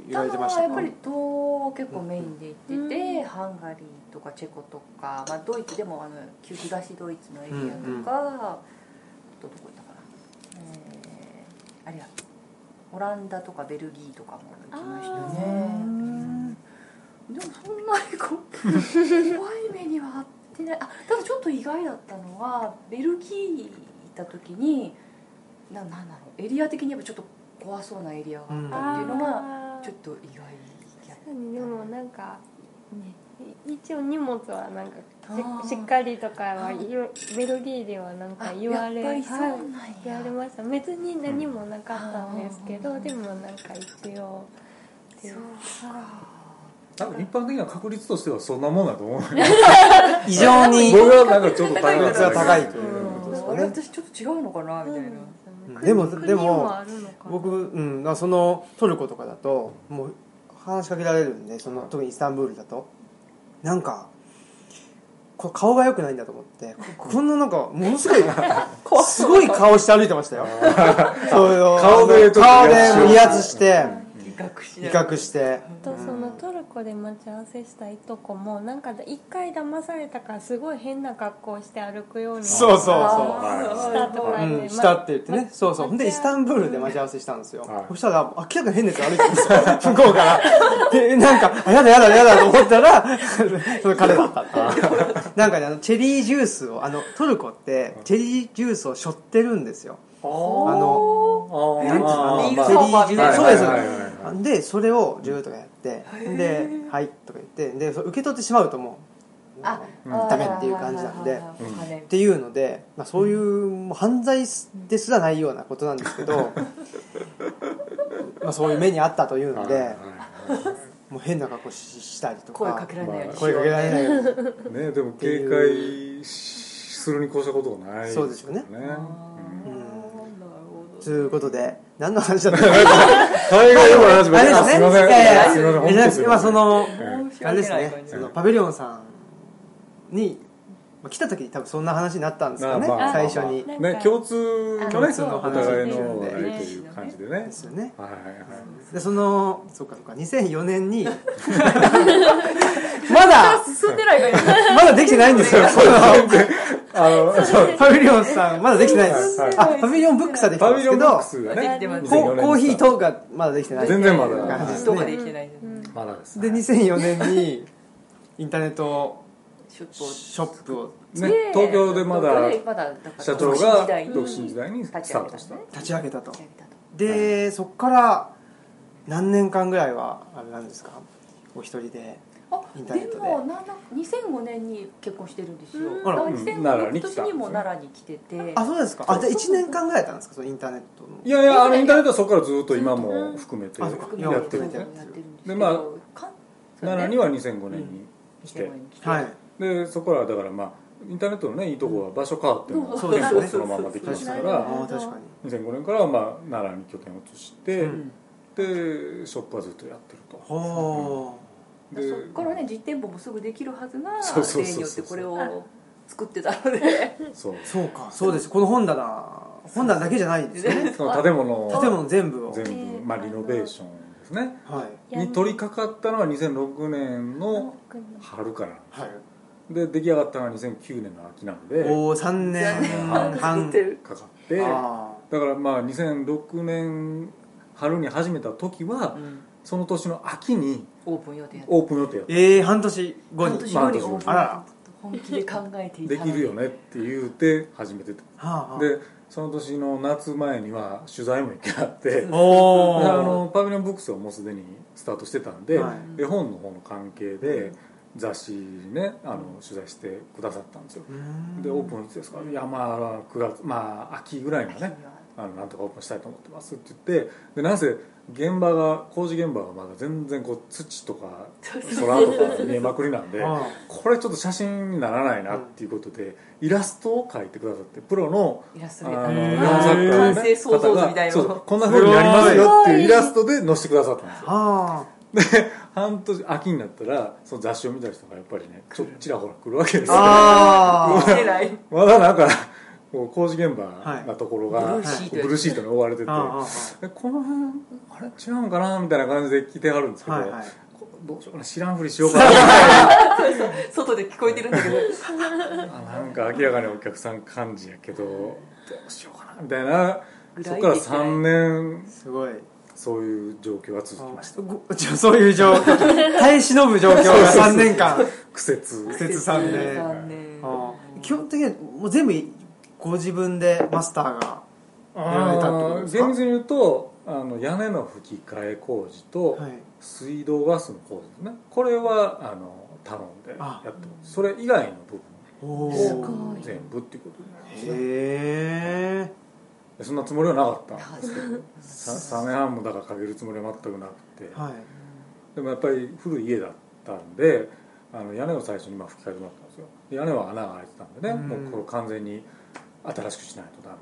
C: 言われてました
E: や
C: か
E: っぱり東欧を結構メインで行ってて、ハンガリーとかチェコとか、まあ、ドイツでもあの旧東ドイツのエリアと
C: う
E: か、
C: んうん
E: あとどこ行ったかな、えーあれやオランダとかベルギーとかも行きましたねでもそんなにこう怖い目にはあってないあただちょっと意外だったのはベルギー行った時にななんだろうエリア的にやっぱちょっと怖そうなエリアがあったっていうのが、
D: あー
E: ちょっと意外やっ
D: でもなんか一応荷物はなんか
E: あー
D: ししっかりとかは言うメロディーではなんか言われ
E: やっぱりそうなんや
D: はい言われました別に何もなかったんですけど、でもなんか一応っていう
F: 多分一般的な確率としてはそんなもんだと思う
B: 異常に
F: 僕はなんかちょっと
B: 確
F: 高い
B: 率が高いということです
E: う
B: か
E: んあれ
B: ね
E: 私ちょっと違うのかなみたいな
C: うんでもでも僕、
D: 僕
C: うん、まあそのトルコとかだともう話しかけられるんでその特にイスタンブールだとなんかこう顔が良くないんだと思ってここんななんかものす ごいすごい顔して歩いてました よそういう
F: 顔でちょっと
C: 顔で威
F: 威圧
C: 圧して
E: 威嚇し
C: 威
E: ながら
C: 嚇して
D: とそのトルコで待ち合わせしたいとこもなんか一回騙されたからすごい変な格好をして歩くように
C: そうそうそう
D: したとか
C: う
D: で、ま
C: ん、
D: あ
C: したって言ってね、そうそうほんでイスタンブールで待ち合わせしたんですよ、そしたら明らかに変なやつ歩いてるんですよ向こうからでなんかあやだやだやだと思ったらその彼だったっていうなんかねあのチェリージュースをあのトルコってチェリージュースを背負ってるんですよ
F: あ
C: あの
F: ー
C: なんていうの
F: あ
C: チェリ
F: ー
C: ー
F: まあ
C: ジュースそうですそう
F: は
C: で
F: いはい
C: す
F: はいはい
C: でそれをジューとかやってで「はい」とか言ってでそれ受け取ってしまうともう
E: あ
C: ダメっていう感じなんで
E: お金
C: っていうので、まあ、そういうもう犯罪ですらないようなことなんですけどまあそういう目にあったというの
F: はいは
C: で
F: い
C: もう変な格好ししたりとか
E: 声かけられないようにしよ
C: 声
E: う
C: かけられないように
F: ねでも警戒しするに越したことがない
C: そうですよね
F: ね
E: あー
F: うん
E: なるほ
C: と
E: ど
C: いうことで何の話だったのか
F: 海外でも話しま
C: あれ
F: した
C: です
F: あす
C: ね
F: いません
C: いやい
F: すいません
C: やい
F: 本当
C: や
F: すい
C: まあ
F: せん
C: その
F: え
C: あれですねそのパビリオンさんにまあ来た時に多分そんな話になったんですよね
F: まあまあ
C: 最初に
D: なんか
F: ね共通の
C: 共
F: ね
C: 通の
F: お
C: 話
F: 互いの話題という感じでね
C: ですよね
F: はいはい
C: でそのそうかそうか2004年にまだ
E: 進んでないから今
C: まだできてないんですよ。
F: はいあのそう
C: パビリオンさん、まだできてないです。
F: はい
C: あ、パビリオンブックスはできて
F: パ
C: ま
F: ビ
C: すけ
F: リオンボッ
C: ど
F: ク、スがね
E: できてます
C: ココーヒー等がまだできてない。
F: 全然まだ
C: 感じですね
E: どこまで行けないじゃん
F: まだです
C: で、2004年に、インターネット
E: ちょっと
C: ショップを
F: ね東京でまだ
E: 東京でまだだから
F: 社長
E: 独身時
F: が
E: 代に
F: 独身時代にスタ
E: 立ち上げ
F: ー
E: た
F: トした
E: のね
C: 立ち上げたと
E: 立。ち上げたと
C: で、そこから何年間ぐらいは、あれなんですかお一人で。インターネッ
E: あ
C: ト
E: で
C: で
E: もなんだ2005年に結婚してるんですよ
C: あら
E: だから2005年
F: 奈良に来たんですね
E: 今年にも奈良に来てて
C: あ、そうですか。あ、じゃあ1年間ぐらいだったんですかそのインターネットの。
F: いやいやあのインターネットはそこからずっと今も含めて
C: あ
F: や
C: そっか
E: や
F: っ
E: って
F: て
E: る
F: る
E: ん
C: 今
E: で
C: も
E: すけ
F: で
E: ど
F: まあ
E: かんそうね
F: 奈良には2005年に来て
C: はい。
F: でそこからだからまあインターネットのねいいとこは場所変わっても
C: そう
F: 店
C: ですね
F: 舗そのままできましたから
C: ああ、確かに。
F: 2005年からはまあ奈良に拠点を移して、
C: うん
F: でショップはずっとやってると
C: ほ
E: で
F: で
E: そっからね実店舗もすぐできるはずが
F: そうそうそうそう
E: 例によってこれを作ってた ので
F: そう
C: う。そうか。そうです。この本棚、本棚だけじゃないんですよね。
F: その建物を
C: 建物全部を。
F: 全部、まあ、リノベーションですね
C: はい。
F: に取り掛かったのは2006年の春から
C: はい。
F: で出来上がったのは2009年の秋なので
C: おお3年
E: 作
C: 半
E: ってる
F: かかってだ
C: あ
F: からまあ2006年春に始めた時は、その年の秋に
E: オープン予定やった
F: オープン予定やっ
C: ーえー、半年後
E: 半
C: に
E: 年
C: は
E: 後にオープン
C: あら
E: 本気で考えてい
F: た
E: た
F: できるよねって言うて始めてて
C: あはあ
F: でその年の夏前には取材も行けあって
C: お
F: であ
C: お
F: のパビリオンブックスはもうすでにスタートしてたんで、
C: は
F: 絵本の方の関係で雑誌ねあの取材してくださったんですよ、でオープンいつですか、いやまあ9月まあ秋ぐらいの
E: 秋には
F: ねあのなんとかオープンしたいと思ってますって言ってでなんせ現場が工事現場がまだ全然こう土とか空とか見えまく りなんで
C: あ
F: これちょっと写真にならないなっていうことでイラストを描いてくださってプロの
E: イラスト
F: あ
E: レー
F: の
E: タ
F: 日
E: ー
F: 本作家のね方
E: 完成想像図みた
F: が
E: いな
F: そ
E: の
F: うこんなふうになりますよっていうイラストで載せてくださったんですよ
C: あ
F: で半年秋になったらその雑誌を見た人がやっぱりねちょちらほら来るわけです
C: あ
F: よ
C: あ
E: 見てない
F: まだなんかこう工事現場なところが、
E: はいブルーシートや
F: ブルーシートに覆われてて、
C: あああ
F: えこの辺あれ違うんかなみたいな感じで来てはるんですけど、
C: はいはい
F: こどうしようかな知らんふりしようかなみ たい
E: 外で聞こえてるんだけど
F: なあなんか明らかにお客さん感じやけどどうしようかなみたいな
E: ぐ
F: そ
E: ら
F: こ
E: い
F: から
E: できない
F: 3年
C: すごい
F: そういう状況が続きました
C: ごちょ そういう状況耐え忍ぶ状況が3年間
F: 苦節
C: 苦節3年あ
E: 残念
C: あ基本的にはもう全部ご自分でマスターがやられたってことですか
F: 厳密に言うとあの屋根の吹き替え工事と
C: はい
F: 水道ガスの工事ですねこれはあの頼んでや
C: あ
F: ってますそれ以外の部
C: お
E: す
C: ー
E: ごい
F: 分全部っていうことになりますね
C: へえ
F: そんなつもりはなかったんですけど
E: は
F: さ3年半もだからかけるつもりは全くなくて
C: はい
F: でもやっぱり古い家だったんであの屋根を最初にまあ吹き替えてもらったんですよで屋根は穴が開いてたんでね、
C: うん
F: もうこれ完全に新しくしないとダメ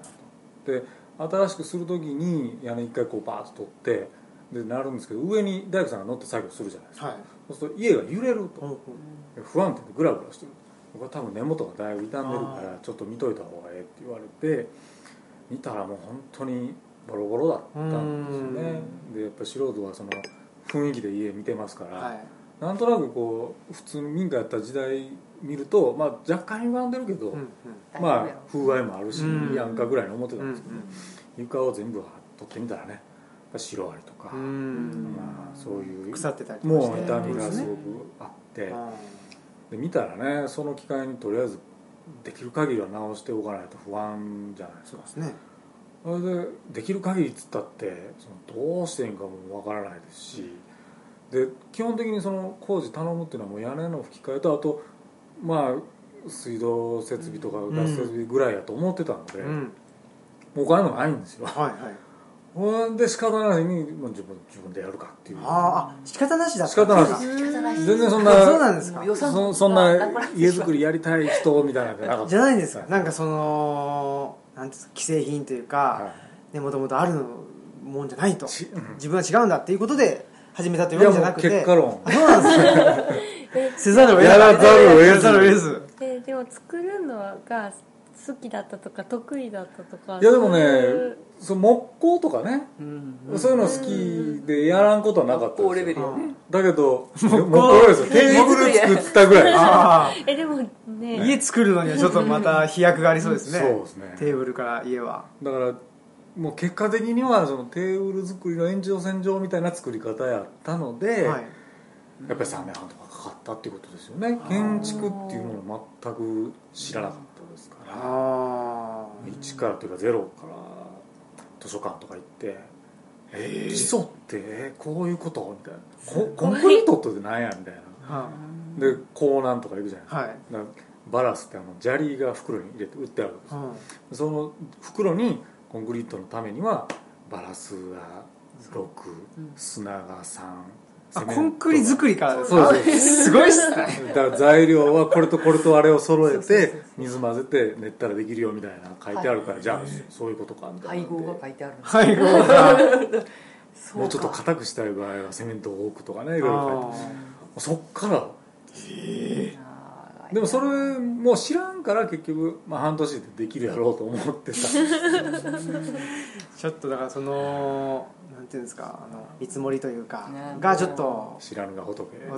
F: だとで新しくする時に屋根一回こうバーッと取ってでなるんですけど上に大工さんが乗って作業するじゃないですか、
C: はい
F: そうすると家が揺れる
C: ほう
F: と
C: ほう
F: 不安定でグラグラしてるこれ多分根元がだいぶ傷んでるか
C: あ
F: らちょっと見といた方がええって言われて見たらもう本当にボロボロだったんですよねでやっぱ素人はその雰囲気で家見てますから、
C: はい
F: なんとなくこう普通に民家やった時代見ると、まあ、若干歪んでるけど、
C: うんうん
F: まあ風合いもあるし、
C: うん
F: やんかぐらいに思ってた
C: うんん
F: ですけど、床を全部取ってみたらねやっぱシロアリとか、
C: うん
F: まあ、そういう
C: 腐ってたりとかし
F: も
C: て
F: う痛みがすごくあって、で見たらねその機会にとりあえずできる限りは直しておかないと不安じゃないです
C: そ
F: か
C: うですね
F: それでできる限りっつったってそのどうしていいんかもわからないですし、で基本的にその工事頼むっていうのはもう屋根の吹き替えとあとまあ水道設備とか
C: ん
F: ガス設備ぐらいやと思ってたので、
C: う
F: も
C: ん
F: うお金もないんですよ
C: はいはい
F: ほんで仕方ないにもう自分自分でやるかっていう
C: あーあ仕方なしだった
F: 仕方なしです
E: 仕方ない
F: 全然そん
C: あそうな
F: なん
C: ですか
E: 予算
F: そそんな家づくりやりたい人みたいなのじゃなかっ た
C: じゃないんですかなんかそのなんていうんですか既製品という
F: は
C: か
F: い
C: ねもともとあるもんじゃないと
F: ちうん
C: 自分は違うんだっていうことで始めたとい
F: いう
C: わ
F: や
C: けじゃ
F: も
C: な
F: う
C: くて
F: 結果論
C: そうなんですねせざるを得なかった
F: やらざるを得ず
C: やらざるを得ず
D: えでも作るのが好きだったとか得意だったとか
F: いやでも
D: そう
F: ね
D: いう
F: その木工とかね、そういうの好きでやらんことはなかった
E: 学校レベルよね
F: だけど木工ですよテーブル作ったぐらいです
C: あ
D: えでも
C: あ
D: ね
C: 家作るのにはちょっとまた飛躍がありそうですね
F: そうですね
C: テーブルから家は
F: だからもう結果的にはそのテーブル作りの延長線上みたいな作り方やったので、
C: はい
F: やっぱり3年半とかかかったっていうことですよね建築っていうものを全く知らなかったですから
C: あ
F: 1からというか0から図書館とか行って「えー、基礎ってえーこういうこと?」みたいなコ「コンクリートってなんや?」みたいな
C: あは
F: で港南とか行くじゃないですか
C: あはい
F: だからバラスってあの砂利が袋に入れて売ってあるんで
C: う
F: すよ
C: ん
F: その袋にコンクリートのためにはバラスが6砂が3
C: あコンクリ作りからです
F: そう
C: か
F: です
C: すごいっすね
F: だから材料はこれとこれとあれを揃え
E: そうそうそう
F: て水混ぜて練ったらできるよみたいなの書いてあるからじゃあそういうことかみたいな
E: 配
F: ん
E: 合
F: で
E: が書いてあるの
C: 配合 が
E: そうか
F: もうちょっと硬くしたい場合はセメントを多くとかねいろいろ書いて
C: あ
F: そっから
E: 長い
F: でもそれもう知らんから結局、まあ、半年でできるやろうと思ってた
C: ーちょっとだからそのなんていうんですかあの見積もりというか
E: ね
C: がちょっと
F: 知らぬが仏
C: 仏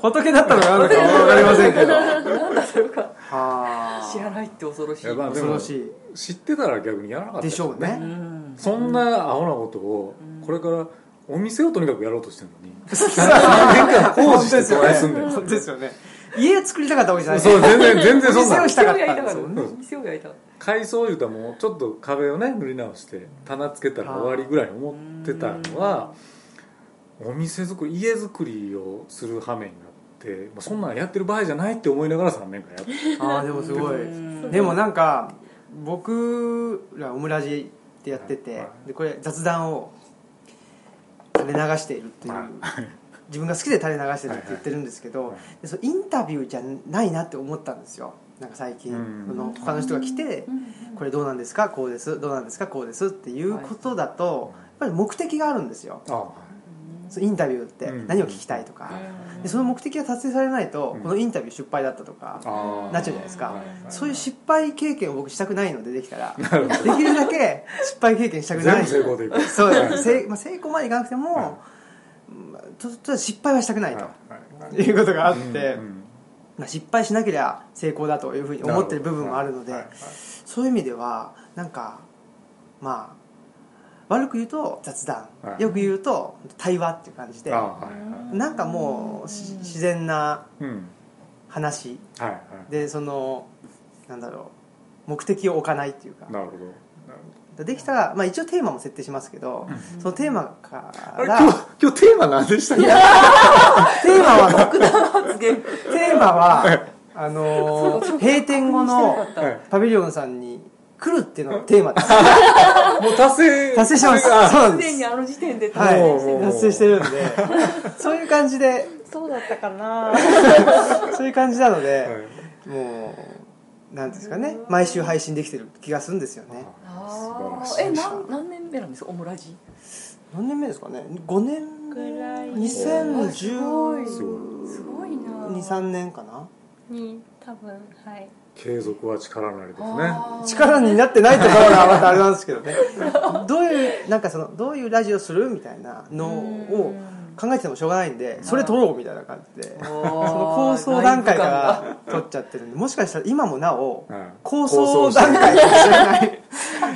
C: ほ仏だったのかなんだか分かりませんけど
E: なんだそれか
C: はあ
E: 知らないって恐ろしい
F: やばい
C: 恐ろしい
F: 知ってたら逆にやらなかった
C: でしょう
E: う
C: ね
E: ん
F: そんなアホなことをこれからお店をとにかくやろうとしてるのに工事してどうやすんだよ
C: そうですよね家作りたかったわけじゃない
F: そう全然全然そん
C: 店
F: な
C: を
F: ん
C: したかったんですよね
F: うん
E: 店をやりたかっ
F: 改装いうたらもうちょっと壁をね塗り直して棚つけたら終わりぐらいに思ってたのはお店作り家作りをする羽目になって、まあ、そんなんやってる場合じゃないって思いながら3年間やって
C: ああでもすごい
E: うん
C: でもなんか僕らオムラジでやってて、
F: は
C: でこれ雑談を垂れ流しているっていう、
F: はい
C: 自分が好きで垂れ流してるって言ってるんですけど、
F: はいはい
C: でそのインタビューじゃないなって思ったんですよなんか最近、
F: うん
C: その他の人が来て、これどうなんですかこうですどうなんですかこうですっていうことだと、やっぱり目的があるんですよ
F: ああ
C: そのインタビューって
F: うん
C: 何を聞きたいとか、でその目的が達成されないと、
F: うん
C: このインタビュー失敗だったとか、
F: あ
C: なっちゃうじゃないですか、
F: はいはい
C: そういう失敗経験を僕したくないのでできたら
F: なるほ
C: できるだけ失敗経験したく
F: 全
C: な
F: 部
C: い
F: 成功でいく
C: そう
F: はい
C: です、せいまあ、成功までいかなくても、
F: は
C: まあちょっと失敗はしたくないと、、
F: はい
C: うことがあって、
F: うん
C: まあ、失敗しなければ成功だというふうに思ってる部分もあるので
F: なほどはいはい
C: そういう意味ではなんかまあ悪く言うと雑談、
F: はい
C: よく言うと対話っていう感じで
F: あはいは
C: なんかもうし自然ない
F: うん
C: 話
F: はいはい
C: でそのなんだろう目的を置かないっていうか
F: なるほどなる
C: でできたら、まあ、一応テーマも設定しますけど、そのテーマか
F: あれ
C: ら
F: 今日今日テーマ何でしたっけ
C: テーマは
E: 発言
C: テーマはあのー閉店後の
F: はい
C: パビリオンさんに来るっていうのがテーマです
F: もう達成
C: 達成しました
F: あ
C: そうなん
E: す
C: で
E: ですにあの時点で
C: は
F: もうもうも
C: いう達成してるんで そういう感じで
G: そうだったかな。
C: そういう感じなので、
F: はい
C: もうなんですかね毎週配信できてる気がするんですよね
E: あ
H: 素
E: あ
H: 晴
E: え
H: らしい
E: 何何年目なんですかオムラジ
C: 何年目ですかね5年
G: ぐらい
E: すごい
C: 2012
E: すごいな
C: 3年かな
D: に多分はい
F: 継続は力なりですね
E: あー
C: 力になってないところがまたあれなんですけどね どういうなんかそのどういうラジオするみたいなのを考えててもしょうがないんでそれ撮ろうみたいな感じで
E: そ
C: その構想段階から撮っちゃってるんでもしかしたら今もなお
F: はい
C: 構想段階かもしれ ない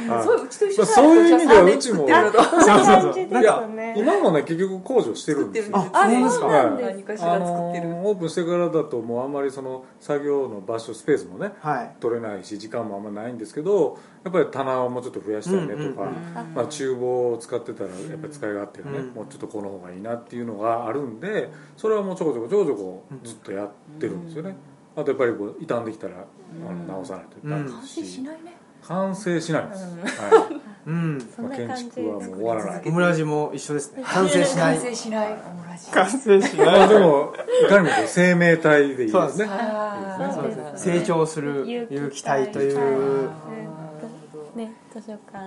F: はい
E: そううちと一緒だ
F: そういう意味ではうちも
E: じゃあ三
F: そう
E: 年作ってるのと
F: そうそう
G: 感じです
F: いや
G: ね
F: 今もね結局工場してる
E: 作
F: ん
E: って
F: で
E: る
F: す
E: ん
F: よ
E: です
C: あそうなんですか
F: はい
E: 何かしら作って
F: あ
E: る
F: のーオープンしてからだともうあんまりその作業の場所スペースもね
C: はい
F: 取れないし時間もあんまないんですけどやっぱり棚をもうちょっと増やしたいねとか、
C: うんうん
E: うん
F: まあ、厨房を使ってたらやっぱり使い勝手がね、
C: うん
F: もうちょっとこの方がいいなっていうのがあるんでそれはもうちょこちょこちょこちょこずっとやってるんですよね、あとやっぱりこう傷んできたらあ
E: うん
F: の直さないといけない
E: 完成しないね
F: 完成しないです、
E: うん
F: はい
C: うん
D: そんな
F: まあ
D: 感じ
F: 建築はもう終わらない
C: オムラジも一緒ですね完成しな
E: 完
C: い
E: 成しないオムラジ
C: 完成しない
F: まあでもいかにもこう生命体でいい
C: そう
F: で
C: ですす
F: ね
C: ね
E: あー
C: そうですね
D: そう
C: 成長する勇気体という
E: あー
D: ね図書館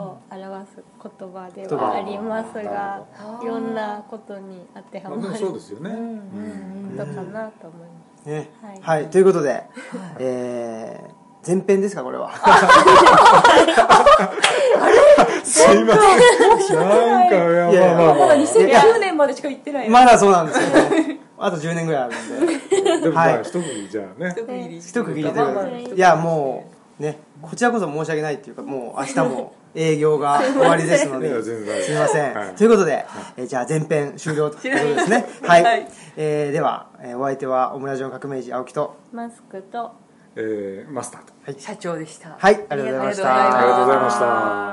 D: を表す言葉で
C: 言
D: は
C: 葉
D: ありますが
E: あー
D: いろんなことに当ては
F: まあ、
D: ま
F: でも
D: る
F: そうですよね、
E: うん
D: ことかなと思いま
C: ね
D: はい
C: はいということでえー前編ですかこれは
F: すいませんなんか
C: いやい
F: や
C: や
F: まあま
E: ま
F: あま
E: だ
F: あ
E: 2009年までしか行ってない
C: まだそうなんですよねあと10年ぐらいあるんで
F: でもま
C: は
F: あ
C: い
F: 一組じゃあね
E: 一区切り
C: 一区切りという
E: まあ
C: こ
E: ま
C: と
E: あ
C: で
E: 一区切
C: いやもうねこちらこそ申し訳ないっていうかもう明日 も営業が終わりですの
F: い
C: で
F: や全然大丈夫です
C: すみません、
F: はい
C: ということで、えーじゃあ前編終了ということですねはい、
E: はい
C: えーでは、えーお相手はオムラジオ革命児青木と
D: すマスクと
F: えーマスターと
E: 社長でした
C: はいありがとうございました
E: ありがとうございます
F: ありがとうございました